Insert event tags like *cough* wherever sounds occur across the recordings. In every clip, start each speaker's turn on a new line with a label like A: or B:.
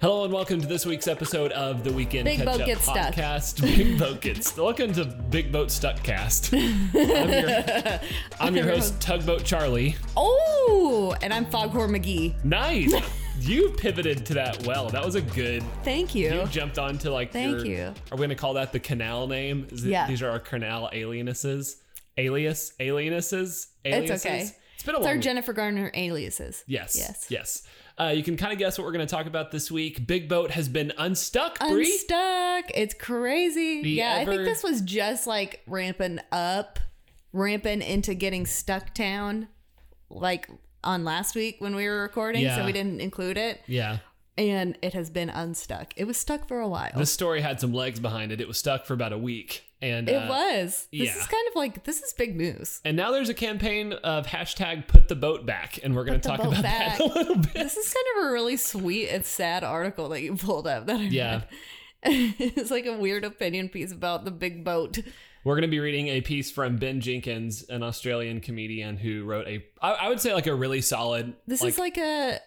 A: Hello and welcome to this week's episode of the Weekend
B: Big
A: Catch
B: Boat
A: Up
B: Gets Stuck.
A: Podcast. *laughs* Big Boat Gets Stuck. Welcome to Big Boat
B: *laughs*
A: Stuckcast. I'm your, I'm your host, Tugboat Charlie.
B: Oh, and I'm Foghorn McGee.
A: Nice. You pivoted to that well. That was a good.
B: Thank you.
A: You jumped onto like.
B: Thank
A: your-
B: you.
A: Are we gonna call that the canal name? Is it-
B: Yeah.
A: These are our canal alienuses. Alias. Alienuses.
B: It's
A: Aliases.
B: okay.
A: It's been a
B: it's our
A: long.
B: Jennifer Garner aliases.
A: yes. Yes.
B: Yes.
A: Yes. Uh, you can kind of guess what we're going to talk about this week. Big Boat has been unstuck. Bree.
B: Unstuck. It's crazy.
A: The
B: yeah, I
A: ever-
B: think this was just like ramping up, ramping into getting stuck town, like on last week when we were recording,
A: Yeah.
B: so we didn't include it.
A: Yeah.
B: And it has been unstuck. It was stuck for a while.
A: This story had some legs behind it. It was stuck for about a week. And
B: it
A: uh,
B: was. This
A: yeah.
B: is kind of like this is big news.
A: And now there's a campaign of hashtag put the boat back, and we're going to
B: the
A: talk
B: boat
A: about that *laughs*
B: back.
A: a little bit.
B: This is kind of a really sweet and sad article that you pulled up that I
A: Yeah.
B: read. *laughs* it's like a weird opinion piece about the big boat.
A: We're going to be reading a piece from Ben Jenkins, an Australian comedian who wrote a, I, I would say like a really solid.
B: This
A: like,
B: is like a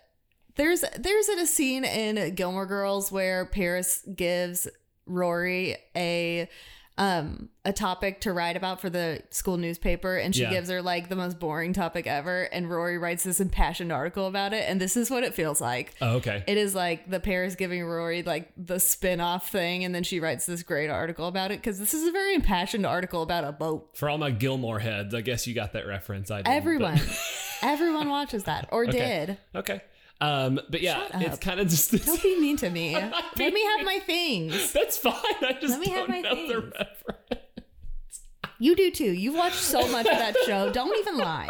B: there's there's a scene in Gilmore Girls where Paris gives Rory a um a topic to write about for the school newspaper and she
A: Yeah.
B: gives her like the most boring topic ever and Rory writes this impassioned article about it and this is what it feels like.
A: oh, okay.
B: It is like the pair is giving Rory like the spin off thing, and then she writes this great article about it because this is a very impassioned article about a boat.
A: For all my Gilmore heads, I guess you got that reference. I didn't, but-
B: Everyone, everyone watches that or did.
A: okay. Um, but yeah,
B: Shut
A: it's
B: up.
A: kind of just this.
B: Don't be mean to me. Let
A: being
B: me have my
A: *laughs*
B: things.
A: That's fine. I just
B: Let me have
A: don't
B: my
A: know the
B: things.
A: reference.
B: You do too. You watch so much of that show. Don't even lie.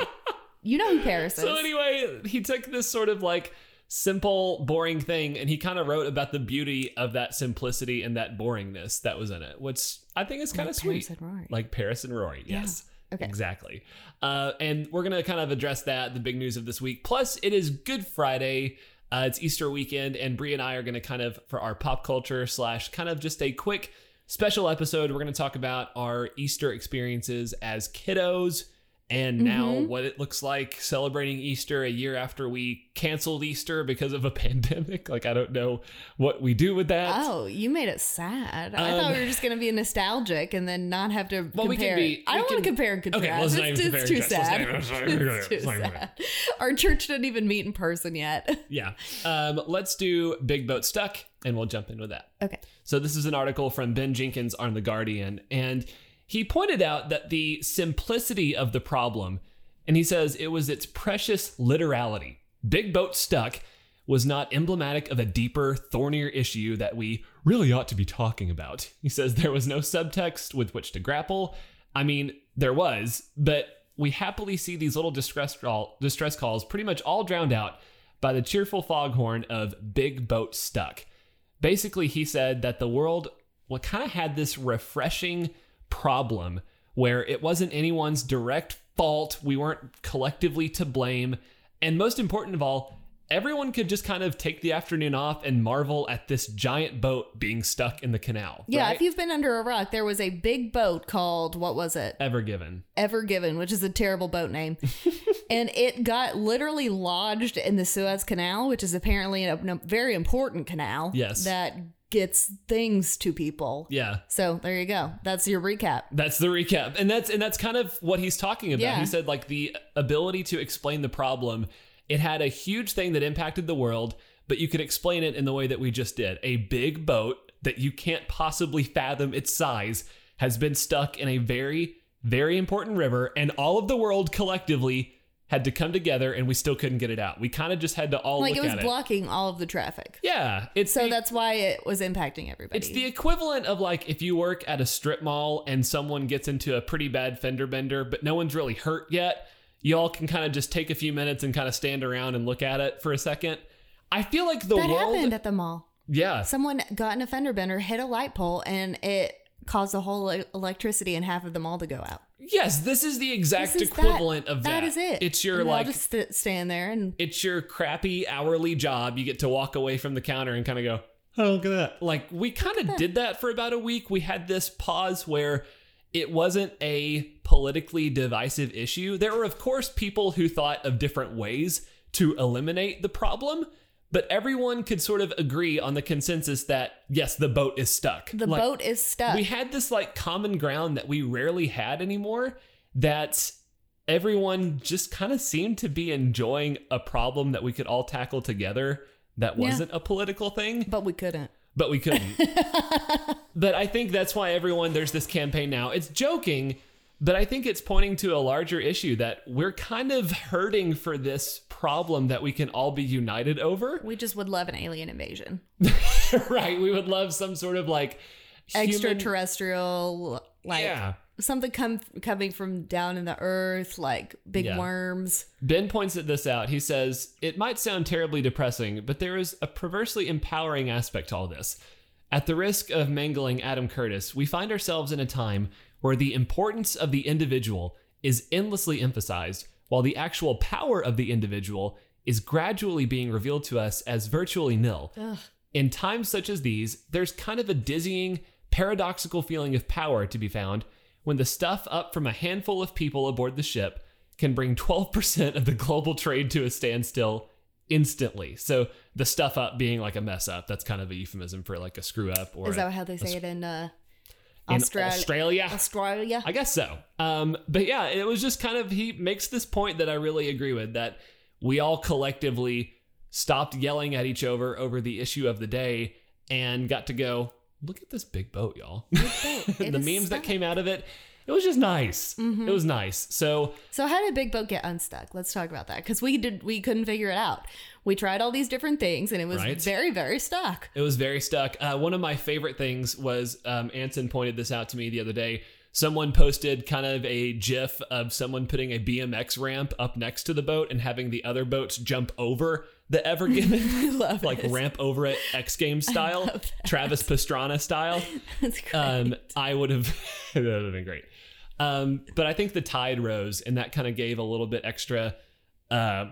B: You know who Paris is.
A: So anyway, he took this sort of like simple, boring thing, and he kind of wrote about the beauty of that simplicity and that boringness that was in it, which I think is kind of
B: Paris
A: sweet.
B: and Rory.
A: Like Paris and Rory,
B: Yeah.
A: yes.
B: Okay.
A: Exactly. Uh, and we're going to kind of address that, the big news of this week. Plus, it is Good Friday. Uh, it's Easter weekend, and Brie and I are going to kind of, for our pop culture slash kind of just a quick special episode, we're going to talk about our Easter experiences as kiddos and now
B: Mhm.
A: what it looks like celebrating Easter a year after we canceled Easter because of a *laughs* pandemic. Like, I don't know what we do with that.
B: Oh, you made it sad. I
A: Um,
B: thought we were just going to be nostalgic and then not have to
A: Well, we can
B: compare.
A: be-
B: it.
A: we
B: I don't want
A: can-
B: to compare and contrast.
A: Okay, well, let's not
B: it's,
A: even
B: it's
A: compare
B: too
A: and contrast.
B: sad. *laughs*
A: Let's not even-
B: It's too
A: let's not even-
B: sad. Our church didn't even meet in
A: *laughs*
B: person yet.
A: Yeah. Um, let's do Big Boat Stuck and we'll jump in with that.
B: Okay.
A: So, this is an article from Ben Jenkins on The Guardian, and he pointed out that the simplicity of the problem, and he says it was its precious literality. Big Boat Stuck was not emblematic of a deeper, thornier issue that we really ought to be talking about. He says there was no subtext with which to grapple. I mean, there was, but we happily see these little distress, call, distress calls pretty much all drowned out by the cheerful foghorn of Big Boat Stuck basically he said that the world well, kind of had this refreshing problem where it wasn't anyone's direct fault we weren't collectively to blame and most important of all everyone could just kind of take the afternoon off and marvel at this giant boat being stuck in the canal
B: Yeah,
A: right?
B: if you've been under a rock, there was a big boat called what was it?
A: ever given
B: Ever Given, which is a terrible boat
A: *laughs*
B: name. and it got literally lodged in the Suez Canal, which is apparently a no- very important canal
A: Yes.
B: that gets things to people.
A: yeah
B: So, there you go. That's your recap.
A: That's the recap. And that's and that's kind of what he's talking about.
B: Yeah.
A: He said like the ability to explain the problem, it had a huge thing that impacted the world, but you could explain it in the way that we just did. A big boat that you can't possibly fathom its size has been stuck in a very very important river and all of the world collectively had to come together and we still couldn't get it out. We kind of just had to all
B: like it
A: look
B: was
A: at
B: blocking all of the traffic.
A: it. Yeah, it's
B: So
A: the-
B: that's why it was impacting everybody.
A: it's the equivalent of like if you work at a strip mall and someone gets into a pretty bad fender bender, but no one's really hurt yet. Y'all can kind of just take a few minutes and kind of stand around and look at it for a second. I feel like the
B: that
A: world,
B: happened at the mall.
A: yeah,
B: Someone got in a fender bender, hit a light pole, and it caused the whole e- electricity and half of them all to go out.
A: yes, this is the exact
B: This is that-
A: equivalent of that.
B: that is it.
A: It's your
B: And they'll
A: like
B: just st- stand there and
A: it's your crappy hourly job. You get to walk away from the counter and kind of go, oh, look at that. Like, we kind of did that for about a week. We had this pause where it wasn't a politically divisive issue. There were, of course, people who thought of different ways to eliminate the problem, but everyone could sort of agree on the consensus that yes, the boat is stuck.
B: The
A: Like,
B: boat is
A: *laughs*
B: stuck.
A: We had this like common ground that we rarely had anymore that everyone just kind of seemed to be enjoying a problem that we could all tackle together that
B: Yeah.
A: wasn't a political thing,
B: but we couldn't.
A: but we
B: *laughs*
A: couldn't. But I think that's why everyone, there's this campaign now. It's joking, but I think it's pointing to a larger issue that we're kind of hurting for this problem that we can all be united over. *laughs*
B: we just would love an alien invasion.
A: right. We would love some sort of like human-
B: Extraterrestrial, like
A: yeah.
B: something come coming from down in the earth, like big
A: Yeah.
B: worms.
A: Ben points at this out. He says, It might sound terribly depressing, but there is a perversely empowering aspect to all this. At the risk of mangling Adam Curtis, we find ourselves in a time where the importance of the individual is endlessly emphasized, while the actual power of the individual is gradually being revealed to us as virtually nil.
B: Ugh.
A: In times such as these, there's kind of a dizzying, paradoxical feeling of power to be found when the stuff up from a handful of people aboard the ship can bring 12% of the global trade to a standstill instantly. So the stuff up being like a mess up, that's kind of a euphemism for like a screw up or
B: Is that how they say it in uh,
A: in
B: Australia?
A: Australia.
B: Australia.
A: I guess so. Um, but yeah, it was just kind of he makes this point that I really agree with that we all collectively stopped yelling at each other over the issue of the day and got to go look at this big boat, y'all. *laughs*
B: *laughs*
A: the memes that came out of it, it was just nice. It was nice. So
B: So how did Big Boat get unstuck? Let's talk about that because we did we couldn't figure it out. We tried all these different things and it was
A: Right.
B: very very stuck. *laughs*
A: It was very stuck. Uh, one of my favorite things was um, Anson pointed this out to me the other day. Someone posted kind of a GIF of someone putting a BMX ramp up next to the boat and having the other boats jump over the Ever
B: *laughs*
A: Given,
B: I
A: *laughs*
B: love
A: like
B: it.
A: ramp over it X Games style,
B: love
A: Travis Pastrana style.
B: That's *laughs* great.
A: Um, I would have *laughs* that would have been great. Um, but I think the tide rose, and that kind of gave a little bit extra uh,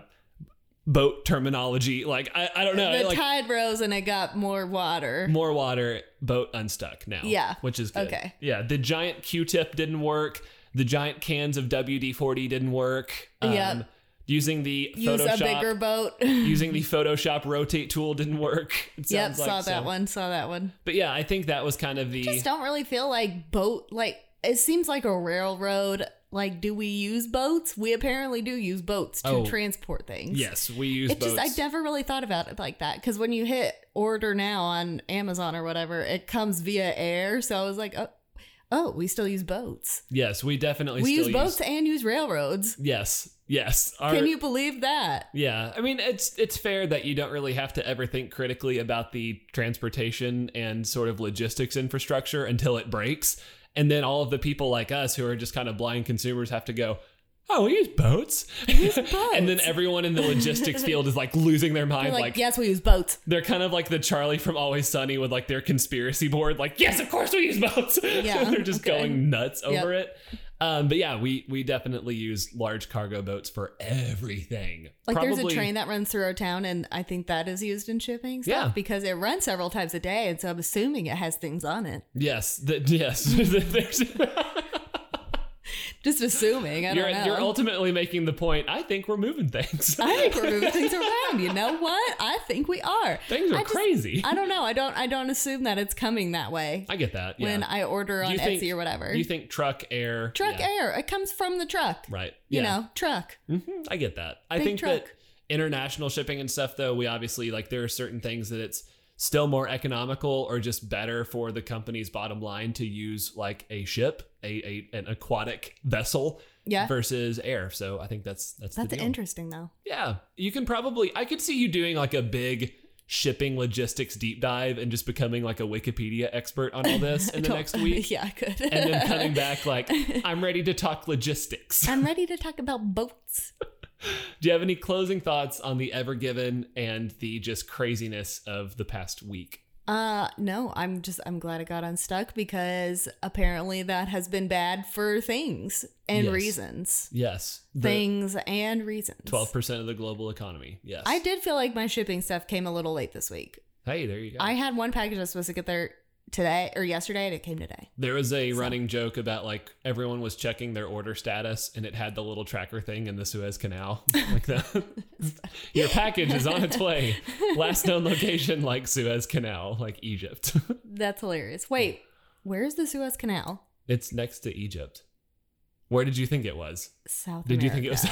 A: boat terminology. Like I, I don't know,
B: the
A: like,
B: tide rose and it got more water.
A: more water, boat unstuck now.
B: Yeah.
A: Which is good.
B: Okay.
A: Yeah. The giant Q tip didn't work. The giant cans of WD 40 didn't work. Um,
B: Yeah.
A: Using the
B: Use
A: Photoshop,
B: a
A: *laughs*
B: bigger boat.
A: using the Photoshop rotate tool didn't work. *laughs* It
B: yep,
A: sounds like,
B: saw that
A: so-
B: one. Saw that one.
A: But yeah, I think that was kind of the.
B: Just don't really feel like boat. Like it seems like a railroad. Like, do we use boats? We apparently do use boats to
A: Oh.
B: transport things.
A: yes, we use
B: It
A: boats.
B: just I never really thought about it like that because when you hit order now on Amazon or whatever, it comes via air. So I was like, oh, oh we still use boats.
A: yes, we definitely
B: We,
A: still
B: use boats and use railroads.
A: Yes. Yes. Our-
B: Can you believe that?
A: Yeah, I mean it's it's fair that you don't really have to ever think critically about the transportation and sort of logistics infrastructure until it breaks, and then all of the people like us who are just kind of blind consumers have to go, "Oh, we use boats," *laughs* and then
B: boats.
A: everyone in the logistics field is like losing their mind,
B: They're
A: like,
B: like, yes, we use boats.
A: they're kind of like the Charlie from Always Sunny with like their conspiracy board, like, "Yes, of course we use boats." *laughs*
B: Yeah,
A: they're just
B: okay.
A: going nuts
B: Yep.
A: over it. Um, but yeah, we we definitely use large cargo boats for everything.
B: Like there's a train that runs through our town, and I think that is used in shipping stuff
A: Yeah.
B: because it runs several times a day, and so I'm assuming it has things on it. *laughs*
A: Yes, the, yes. *laughs* There's-
B: Just assuming. I don't
A: you're,
B: know.
A: you're ultimately making the point. I think we're moving things.
B: I
A: *laughs*
B: think we're moving things around. You know what? I think we are.
A: things are
B: I just-
A: crazy. I,
B: I don't know. I don't. I don't assume that it's coming that way
A: get that. Yeah.
B: when I order
A: Do
B: on
A: you think-
B: Etsy or whatever.
A: you think truck air?
B: truck
A: yeah,
B: air. It comes from the truck.
A: Right. yeah.
B: You know, truck.
A: hmm I get that. I
B: Big
A: think that
B: truck.
A: international shipping and stuff, though, we obviously like there are certain things that it's still more economical or just better for the company's bottom line to use like a ship, a, a an aquatic vessel
B: Yeah.
A: versus air. So I think that's that's
B: That's
A: the deal.
B: interesting though.
A: Yeah, you can probably. I could see you doing like a big shipping logistics deep dive and just becoming like a Wikipedia expert on all this
B: *laughs*
A: in the
B: Don't-
A: next week,
B: yeah, I could.
A: and then
B: *laughs*
A: coming back like, I'm ready to talk logistics.
B: I'm ready to talk about boats.
A: Do you have any closing thoughts on the Ever Given and the just craziness of the past week?
B: Uh no, I'm just I'm glad it got unstuck because apparently that has been bad for things and
A: Yes.
B: reasons.
A: Yes, the
B: Things and reasons.
A: twelve percent of the global economy. Yes,
B: I did feel like my shipping stuff came a little late this week.
A: Hey, there you go.
B: I had one package I was supposed to get there today or yesterday, and it came today.
A: There was a running joke about like everyone was checking their order status and it had the little tracker thing in the Suez Canal. *laughs* Like
B: *laughs*
A: that. Your package is on its way. Last known location like Suez Canal, like Egypt. *laughs*
B: That's hilarious. Wait, where's the Suez Canal?
A: it's next to Egypt. Where did you think it was?
B: South.
A: Did you think it was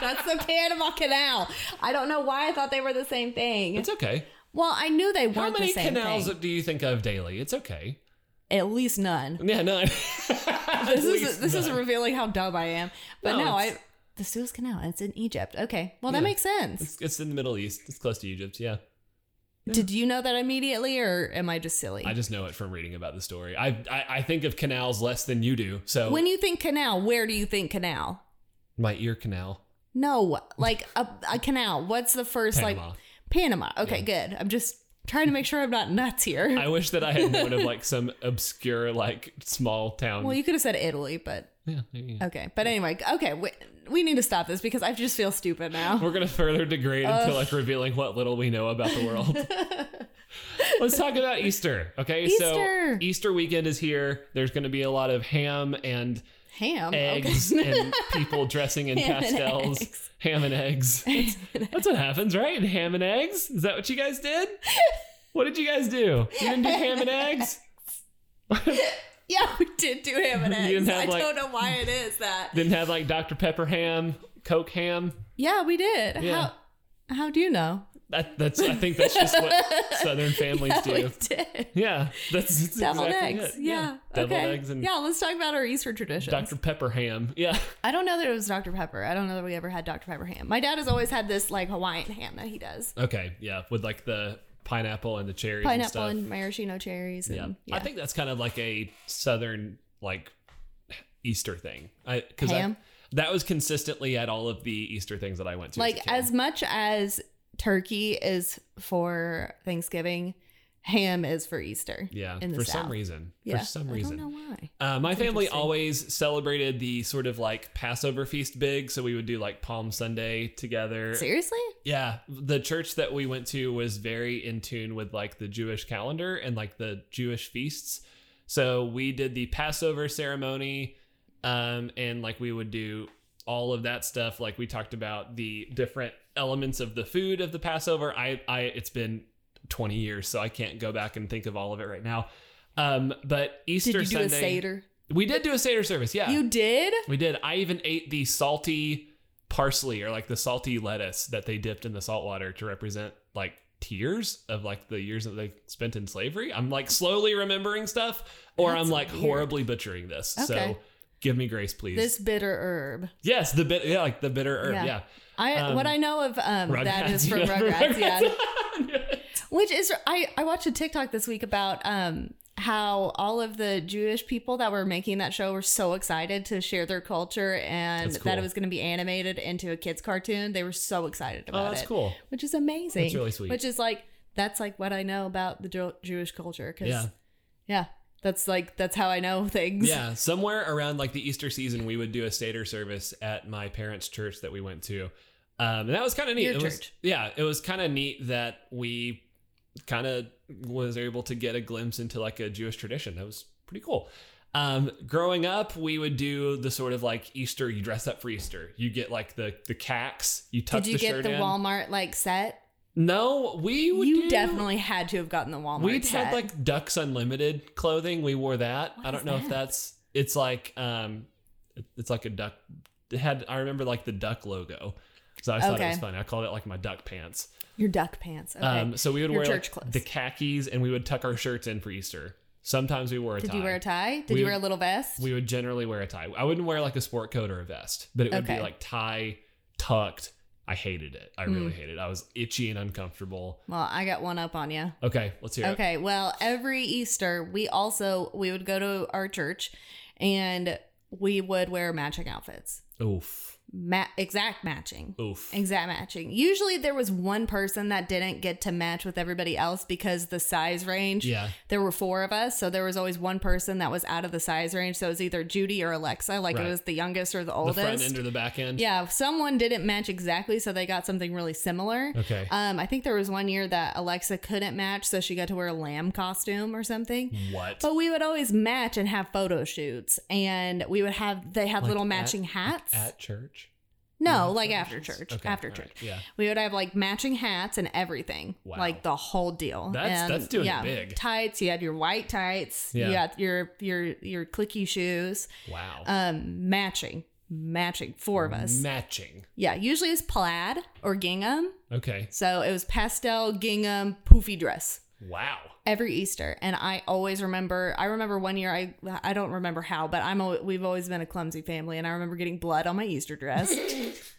B: That's the Panama Canal. I don't know why I thought they were the same thing.
A: *laughs* It's okay.
B: Well, I knew they
A: How
B: weren't
A: many
B: the same
A: canals
B: thing.
A: do you think of daily? It's okay.
B: At least none.
A: Yeah, no. *laughs*
B: This is this is revealing how dumb I am. But
A: No,
B: no, I
A: it's-
B: the Suez Canal. It's in Egypt. Okay. Well, that
A: Yeah.
B: makes sense.
A: It's, it's in the Middle East. It's close to Egypt. Yeah.
B: Did you know that immediately, or am I just silly?
A: I just know it from reading about the story. I I, I think of canals less than you do. So
B: when you think canal, where do you think canal?
A: my ear canal,
B: No, like a, a canal. What's the first
A: Panama.
B: like Panama? Okay, good. I'm just trying to make sure I'm not nuts here.
A: I wish that I had known of like *laughs* some obscure like small town.
B: well, you could have said Italy, but
A: yeah, yeah.
B: okay. But anyway, okay. We, we need to stop this because I just feel stupid now.
A: We're gonna further degrade
B: Uh.
A: into like revealing what little we know about the
B: *laughs*
A: world. Let's talk about Easter. Okay, so
B: Easter.
A: Easter weekend is here. There's gonna be a lot of ham and
B: Ham. *laughs*
A: eggs
B: Okay.
A: and people dressing in
B: Oh, *laughs* Ham and
A: pastels.
B: eggs.
A: ham and eggs. That's, that's what happens, right? Ham and eggs. Is that what you guys did? What did you guys do? You didn't do ham and eggs.
B: yeah, we did do ham and
A: *laughs* You
B: eggs.
A: didn't have,
B: I
A: like-
B: don't know why it is that.
A: Didn't have like Dr Pepper ham, Coke ham.
B: Yeah, we did.
A: Yeah.
B: How how do
A: *laughs*
B: you know?
A: That, that's. I think that's just
B: *laughs*
A: what Southern families
B: Yeah,
A: do.
B: *laughs* we did.
A: Yeah, that's, that's
B: Deviled
A: exactly
B: eggs.
A: it.
B: Yeah.
A: deviled
B: okay.
A: eggs and
B: yeah, let's talk about our Easter traditions.
A: Dr. Pepper ham. Yeah,
B: I don't know that it was Dr. Pepper. I don't know that we ever had Dr. Pepper ham. My dad has always had this like Hawaiian ham that he does.
A: okay, yeah, with like the pineapple and the cherries and
B: Pineapple
A: stuff.
B: and maraschino cherries.
A: yeah.
B: And, yeah.
A: I think that's kind of like a southern like Easter thing. I because
B: Ham?
A: that was consistently at all of the Easter things that I went to.
B: like as much as turkey is for Thanksgiving, ham is for Easter.
A: yeah,
B: in the
A: for some
B: South.
A: reason,
B: Yeah.
A: for some
B: I
A: reason.
B: don't know why.
A: Uh, my family
B: interesting.
A: always celebrated the sort of like Passover feast big, so we would do like Palm Sunday together.
B: Seriously?
A: Yeah, the church that we went to was very in tune with like the Jewish calendar and like the Jewish feasts. So we did the Passover ceremony um and like we would do all of that stuff like we talked about the different elements of the food of the Passover. I I it's been 20 years so I can't go back and think of all of it right now. Um but Easter
B: Did you do
A: Sunday
B: a Seder?
A: We did do a Seder service. Yeah.
B: You did?
A: We did. I even ate the salty parsley or like the salty lettuce that they dipped in the salt water to represent like tears of like the years that they spent in slavery. I'm like slowly remembering stuff or
B: That's
A: I'm like
B: weird.
A: horribly butchering this. So
B: Okay.
A: give me grace, please.
B: This bitter herb.
A: yes, the bit yeah, like the bitter herb. Yeah.
B: Yeah. I
A: Um,
B: what I know of um, that
A: Rugrats,
B: is
A: *laughs*
B: from
A: yeah,
B: Rugrats. Yeah.
A: Rugrats.
B: Which is, I, I watched a TikTok this week about um, how all of the Jewish people that were making that show were so excited to share their culture and
A: That's cool.
B: that it was going to be animated into a kids' cartoon. They were so excited about
A: oh, that's
B: it,
A: cool.
B: which is amazing.
A: That's really sweet.
B: Which is like that's like what I know about the Jew- Jewish culture. 'cause-
A: Yeah.
B: yeah, that's like that's how I know *laughs* things.
A: Yeah, somewhere around like the Easter season, we would do a Seder service at my parents' church that we went to. Um, and that was kind of neat.
B: Your
A: It was-
B: church.
A: yeah, it was kind of neat that we kind of was able to get a glimpse into like a Jewish tradition. That was pretty cool. Um, growing up, we would do the sort of like Easter. You dress up for Easter. You get like the the cacs. You tuck
B: Did you
A: the
B: get
A: shirt
B: the
A: in.
B: Walmart like set?
A: no, we would
B: You
A: do-
B: definitely had to have gotten the Walmart.
A: we
B: set.
A: had like Ducks Unlimited clothing. We wore that.
B: What
A: I don't
B: is
A: know if
B: that?
A: that's it's like um it's like a duck it had I remember like the duck logo. So I thought it was
B: Okay.
A: funny. I called it like my duck pants.
B: your duck pants. Okay.
A: Um so we would
B: Your
A: wear like,
B: church clothes.
A: the khakis and we would tuck our shirts in for Easter. Sometimes we wore a
B: Did
A: tie.
B: you wear a tie? Did
A: We-
B: you wear a little vest?
A: we would generally wear a tie. I wouldn't wear like a sport coat or a vest, but it would be
B: Okay.
A: like tie tucked. I hated it. I really
B: Hmm.
A: hated it. I was itchy and uncomfortable.
B: Well, I got one up on you.
A: Okay, let's hear it.
B: Okay. Well, every Easter, we also we would go to our church and we would wear matching outfits.
A: Oof.
B: ma- exact matching.
A: Oof.
B: Exact matching. Usually there was one person that didn't get to match with everybody else because the size range.
A: Yeah.
B: There were four of us, so there was always one person that was out of the size range. So it was either Judy or Alexa, like
A: Right.
B: it was the youngest or the
A: The
B: oldest.
A: front end or the back end.
B: yeah, someone didn't match exactly, so they got something really similar.
A: Okay.
B: Um, I think there was one year that Alexa couldn't match, so she got to wear a lamb costume or something.
A: what?
B: But we would always match and have photo shoots, and we would have they had
A: Like
B: little
A: at-
B: matching hats.
A: At church?
B: no,
A: No,
B: like
A: photo
B: after
A: shoots?
B: church,
A: Okay,
B: after
A: all
B: church,
A: right, yeah.
B: we would have like matching hats and everything,
A: Wow.
B: like the whole deal.
A: That's-
B: And,
A: that's doing it
B: yeah,
A: big.
B: Tights, you had your white tights, you
A: Yeah.
B: had your your your clicky shoes,
A: Wow.
B: um, matching, matching, four of us.
A: Matching.
B: yeah, usually it's plaid or gingham.
A: Okay.
B: So it was pastel gingham poofy dress
A: Wow.
B: every Easter, and I always remember. I remember one year. I I don't remember how, but I'm. al- We've always been a clumsy family, and I remember getting blood on my Easter
A: *laughs*
B: dress.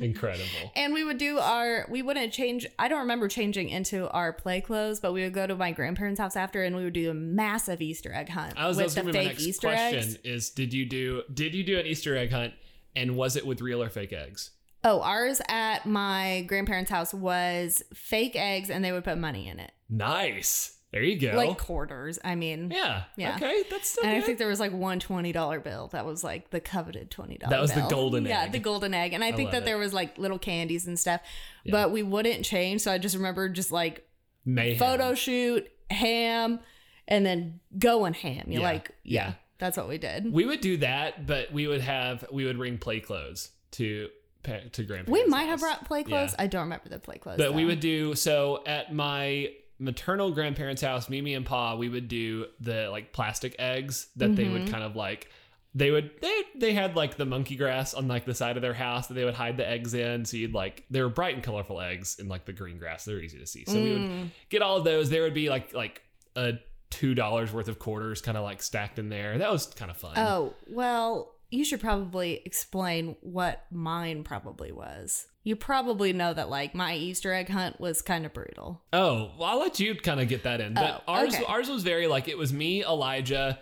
A: Incredible.
B: *laughs* and we would do our. We wouldn't change. I don't remember changing into our play clothes, but we would go to my grandparents' house after, and we would do a massive Easter egg hunt
A: I was
B: with the
A: asking my
B: fake
A: next
B: Easter
A: question
B: eggs.
A: is did you do did you do an Easter egg hunt and was it with real or fake eggs?
B: Oh, ours at my grandparents' house was fake eggs, and they would put money in it,
A: Nice. There you go.
B: like quarters. I mean.
A: yeah.
B: Yeah.
A: Okay. That's so
B: And I
A: good.
B: think there was like one twenty dollar bill that was like the coveted twenty dollar.
A: That was the golden
B: Yeah,
A: egg.
B: the golden egg. And I, think
A: love
B: that
A: it.
B: there was like little candies and stuff,
A: Yeah.
B: but we wouldn't change. So I just remember just like
A: Mayhem.
B: photo shoot ham, and then going ham. You're
A: Yeah,
B: like, yeah,
A: yeah.
B: that's what we did.
A: We would do that, but we would have we would bring play clothes to pa- to grandparents.
B: We might
A: house.
B: have brought play clothes.
A: Yeah.
B: I don't remember the play clothes.
A: But we
B: though.
A: would do so at my maternal grandparents' house, Mimi and Pa, we would do the like plastic eggs that they would
B: Mhm.
A: kind of like they would they they had like the monkey grass on like the side of their house that they would hide the eggs in. So you'd like they were bright and colorful eggs in like the green grass. They're easy to see. So we would
B: Mm.
A: get all of those. There would be like like a two dollars worth of quarters kind of like stacked in there. That was kind of fun.
B: Oh well, you should probably explain what mine probably was. You probably know that like my Easter egg hunt was kind of brutal.
A: Oh, well, I'll let you kind of get that in. But
B: Oh,
A: ours,
B: okay.
A: ours was very like it was me, Elijah,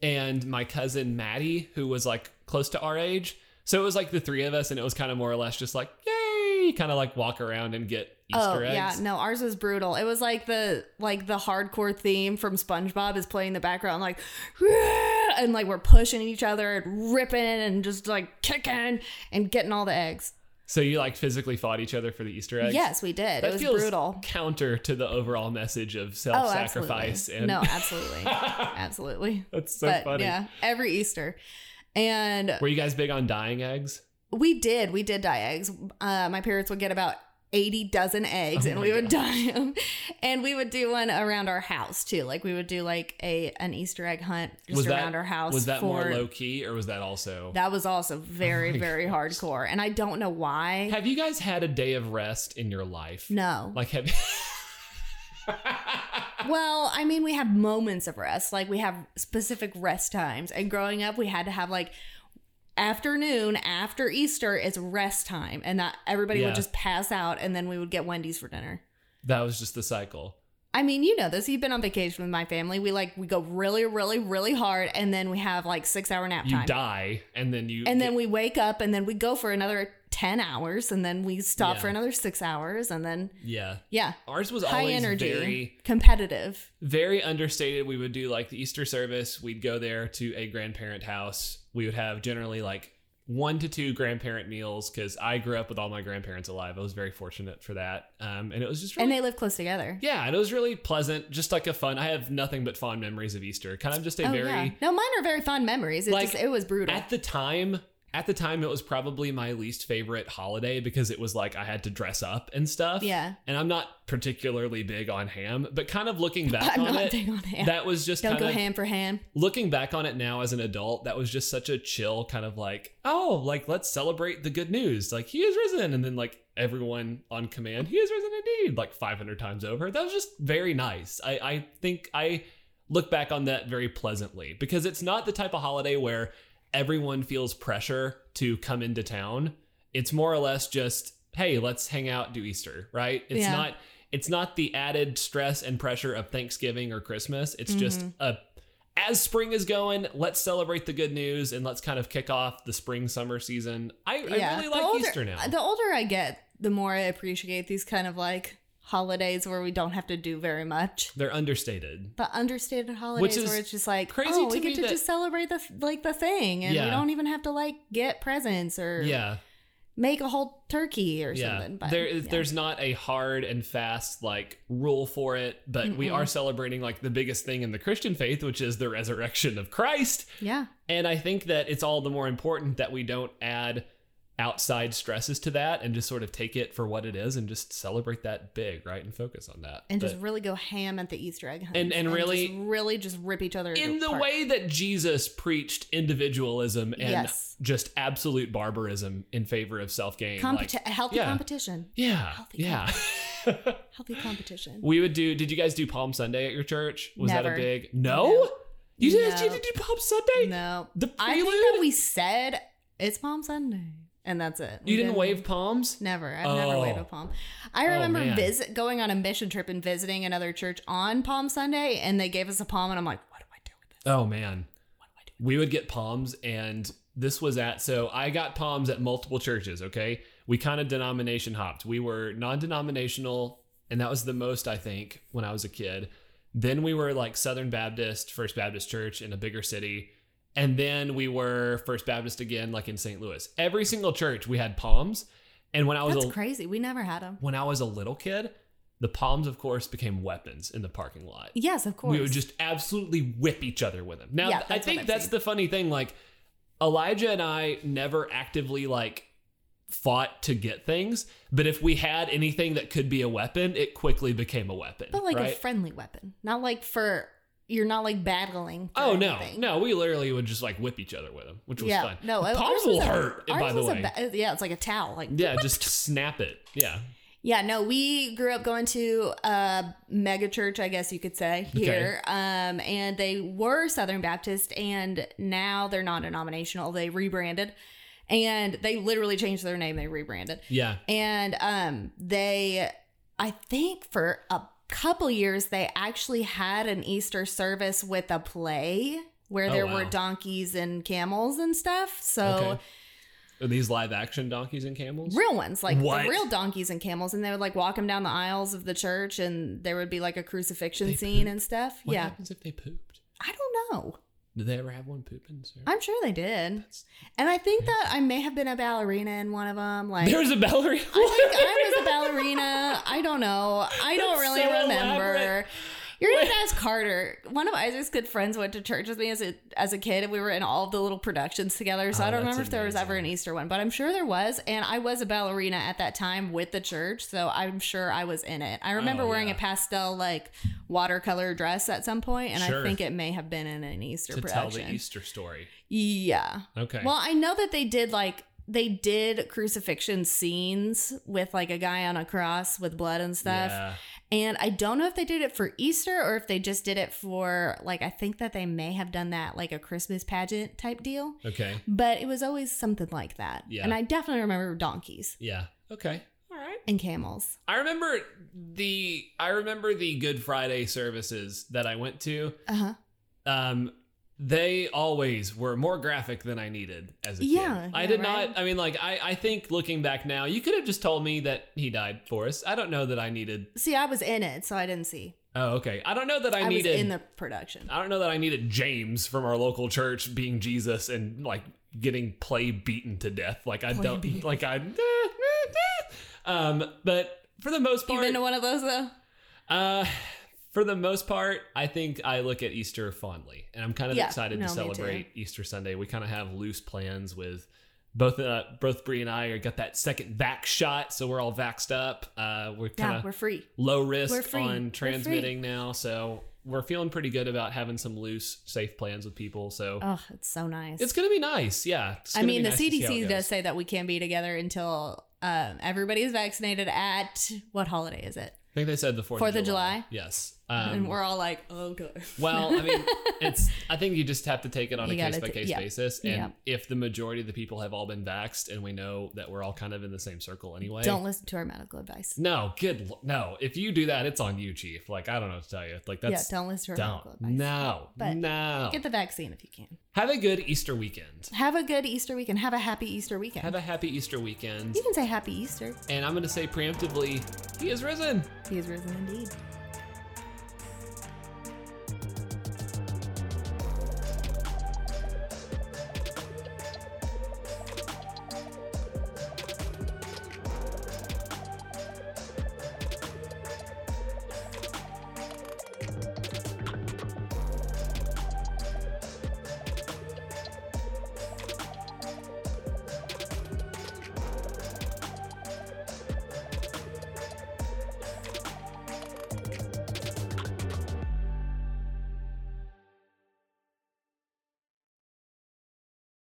A: and my cousin Maddie, who was like close to our age. So it was like the three of us, and it was kind of more or less just like yay, kind of like walk around and get Easter eggs.
B: Oh, yeah, no, ours was brutal. It was like the like the hardcore theme from SpongeBob is playing in the background, like and like we're pushing each other and ripping and just like kicking and getting all the eggs.
A: So you like physically fought each other for the Easter eggs.
B: Yes, we did.
A: that
B: it was
A: feels
B: brutal.
A: counter to the overall message of
B: Oh,
A: self-sacrifice. *laughs*
B: absolutely. No, absolutely, absolutely.
A: that's so
B: but
A: funny.
B: yeah, every Easter, and
A: Were you guys big on dying eggs?
B: we did we did dye eggs uh, my parents would get about 80 dozen eggs
A: Oh
B: and
A: my
B: we would dye them and we would do one around our house too like we would do like a an easter egg hunt just
A: Was that-
B: around our house
A: Was that more
B: for-
A: low key, or was that also?
B: that was also very
A: my
B: very
A: gosh.
B: hardcore and i don't know why
A: have you guys had a day of rest in your life?
B: no
A: Like have
B: well i mean we have moments of rest like we have specific rest times and growing up we had to have like afternoon after easter it's rest time and that everybody
A: Yeah.
B: would just pass out and then we would get wendy's for dinner
A: *laughs* that was just the cycle.
B: I mean, you know this. You've been on vacation with my family. We like we go really, really, really hard, and then we have like six hour nap
A: You
B: time,
A: die and then you
B: and then we wake up, and then we go for another ten hours, and then we stop for
A: Yeah.
B: another six hours, and then
A: yeah.
B: yeah,
A: Ours was
B: high
A: always
B: energy,
A: very
B: competitive.
A: very understated. We would do like the Easter service. We'd go there to a grandparent house. We would have generally like one to two grandparent meals because I grew up with all my grandparents alive. I was very fortunate for that. Um, and it was just really
B: And they live close together.
A: yeah, and it was really pleasant, just like a fun. I have nothing but fond memories of Easter. Kind of just a
B: oh
A: very
B: yeah. No, mine are very fond memories. It
A: Like,
B: just it was brutal.
A: at the time at the time it was probably my least favorite holiday because it was like i had to dress up and stuff
B: yeah,
A: and i'm not particularly big on ham but kind of looking back
B: *laughs* I'm
A: on
B: not
A: it
B: big on ham.
A: that was just
B: Don't
A: kind
B: go
A: of
B: ham for ham.
A: looking back on it now as an adult that was just such a chill kind of like oh like let's celebrate the good news like he is risen and then like everyone on command he is risen indeed like 500 times over that was just very nice i i think i look back on that very pleasantly because it's not the type of holiday where everyone feels pressure to come into town it's more or less just hey let's hang out do easter right it's
B: Yeah.
A: not it's not the added stress and pressure of thanksgiving or christmas it's just a as spring is going, let's celebrate the good news and let's kind of kick off the spring summer season. I, I really
B: the
A: like
B: older- uh,
A: Easter now.
B: The older I get, the more I appreciate these kind of like holidays where we don't have to do very much.
A: They're understated.
B: But understated holidays
A: is
B: where it's just like
A: crazy
B: oh,
A: to
B: we
A: me
B: get to
A: that-
B: just celebrate the like the thing, and
A: Yeah.
B: we don't even have to like get presents or
A: Yeah,
B: make a whole turkey or
A: yeah.
B: something. But
A: There,
B: yeah.
A: there's not a hard and fast like rule for it, but we
B: Mm-mm.
A: are celebrating like the biggest thing in the Christian faith, which is the resurrection of Christ.
B: yeah,
A: And I think that it's all the more important that we don't add outside stresses to that and just sort of take it for what it is and just celebrate that big, right? And focus on that.
B: and
A: But
B: just really go ham at the Easter egg hunt,
A: and really-
B: just really just rip each other
A: in the
B: apart.
A: way that Jesus preached individualism and
B: Yes.
A: just absolute barbarism in favor of self gain.
B: Competi- healthy
A: yeah.
B: competition,
A: yeah.
B: Healthy
A: Yeah.
B: healthy competition.
A: *laughs* we would do, did you guys do Palm Sunday at your church? Was that a
B: Never.
A: big, no?
B: No.
A: You guys
B: No.
A: didn't do Palm Sunday?
B: no,
A: The
B: I
A: prelude?
B: think that we said it's Palm Sunday, and that's it. We
A: you didn't wave palms?
B: Never. I've never waved
A: Oh.
B: a palm. I
A: Oh,
B: remember
A: man.
B: visit going on a mission trip and visiting another church on Palm Sunday, and they gave us a palm, and I'm like, what do I do with this?
A: Oh, man.
B: What do I do?
A: we would get palms and this was at so i got palms at multiple churches okay we kind of denomination hopped we were non-denominational and that was the most i think when i was a kid then we were like southern baptist first baptist church in a bigger city and then we were first baptist again like in st louis every single church we had palms and when i was
B: That's
A: a,
B: crazy. We never had them.
A: when i was a little kid the palms of course became weapons in the parking lot
B: Yes, of course.
A: we would just absolutely whip each other with them. Now,
B: Yeah, that's
A: I
B: what
A: think
B: I've
A: that's
B: seen.
A: the funny thing. Like, Elijah and I never actively like fought to get things, but if we had anything that could be a weapon, it quickly became a weapon.
B: but like a
A: right?
B: friendly weapon, not like for you're not like battling. for
A: Oh no,
B: anything.
A: no! We literally would just like whip each other with them, which was
B: yeah,
A: fun.
B: no. ours
A: palms
B: was
A: will
B: a-
A: hurt.
B: ours
A: By the
B: was a
A: way,
B: ba- yeah, it's like a towel. Like
A: yeah, just snap it. Yeah,
B: Yeah, no, we grew up going to a mega church, I guess you could say,
A: Okay.
B: here. Um, and they were Southern Baptist, and now they're non denominational. They rebranded, and they literally changed their name. They rebranded.
A: yeah.
B: And um, they, I think for a couple years, they actually had an Easter service with a play where
A: Oh,
B: there were
A: wow.
B: donkeys and camels and stuff. So.
A: okay. Are these live action donkeys and camels?
B: Real ones, like the
A: What?
B: real donkeys and camels, and they would like walk them down the aisles of the church, and there would be like a crucifixion
A: They
B: scene
A: poop?
B: and stuff.
A: What
B: yeah,
A: happens if they pooped?
B: I don't know.
A: Did they ever have one poop in the service?
B: I'm sure they did, and I think that I may have been a ballerina in one of them. Like,
A: There was a ballerina. *laughs*
B: I think I was a ballerina. I don't know. I don't
A: That's
B: really
A: so
B: remember.
A: elaborate.
B: You're gonna have to ask Carter. One of Isaac's good friends went to church with me as a as a kid, and we were in all of the little productions together. So
A: Oh,
B: I don't
A: that's
B: remember if there was ever an
A: amazing.
B: Easter one, but I'm sure there was. And I was a ballerina at that time with the church, so I'm sure I was in it. I remember
A: Oh,
B: wearing
A: yeah.
B: a pastel like watercolor dress at some point, and
A: Sure.
B: I think it may have been in an
A: *laughs*
B: Easter
A: to tell
B: production.
A: the Easter story.
B: yeah.
A: Okay.
B: Well, I know that they did like they did crucifixion scenes with like a guy on a cross with blood and stuff.
A: Yeah.
B: And I don't know if they did it for Easter or if they just did it for like I think that they may have done that like a Christmas pageant type deal.
A: Okay.
B: But it was always something like that.
A: Yeah.
B: And I definitely remember donkeys
A: Yeah. Okay. All right.
B: and camels.
A: I remember the I remember the Good Friday services that I went to.
B: Uh-huh.
A: Um, they always were more graphic than I needed as a
B: Yeah,
A: kid. I
B: yeah,
A: did
B: right?
A: not. I mean, like I I think looking back now, you could have just told me that he died for us. I don't know that I needed.
B: See, I was in it, so I didn't see.
A: Oh, okay. I don't know that I,
B: I, was
A: needed.
B: in the production.
A: I don't know that I needed James from our local church being Jesus and like getting play beaten to death. Like I
B: Play
A: don't
B: beaten.
A: like I. *laughs* Um, but for the most
B: You've
A: part,
B: been to one of those though?
A: uh, for the most part, I think I look at Easter fondly, and I'm kind of
B: Yeah,
A: excited
B: no,
A: to
B: me too.
A: celebrate Easter Sunday. We kind of have loose plans with. Both uh, both Bree and I are got that second vax shot, so we're all vaxxed up. Uh, we're kind
B: Yeah,
A: of
B: we're free.
A: low risk
B: We're free. We're free.
A: on transmitting now. So we're feeling pretty good about having some loose, safe plans with people. So
B: Oh, it's so nice.
A: it's going to be nice. Yeah. It's
B: I
A: gonna
B: mean,
A: be
B: the
A: nice to see how it
B: CDC
A: goes.
B: does say that we can be together until um, everybody is vaccinated at what holiday is it?
A: I think they said the 4th,
B: Fourth
A: of
B: of
A: July.
B: July?
A: Yes. Um,
B: and we're *laughs* all like, oh god.
A: Well, I
B: *laughs*
A: mean, *laughs* it's. I think you just have to take it on
B: You
A: a
B: gotta
A: case by case
B: ta- yeah.
A: basis, and
B: Yeah.
A: if the majority of the people have all been vaxxed, and we know that we're all kind of in the same circle anyway,
B: Don't listen to our medical advice.
A: No, good. l- No, if you do that, it's on you, Chief. Like I don't know what to tell you. Like that's
B: yeah, don't listen to our
A: don't.
B: medical advice.
A: No,
B: But
A: no.
B: Get the vaccine if you can.
A: Have a good Easter weekend.
B: Have a good Easter weekend. Have a happy Easter weekend.
A: Have a happy Easter weekend.
B: you can say happy Easter.
A: And I'm going to say preemptively, he is risen.
B: He is risen indeed.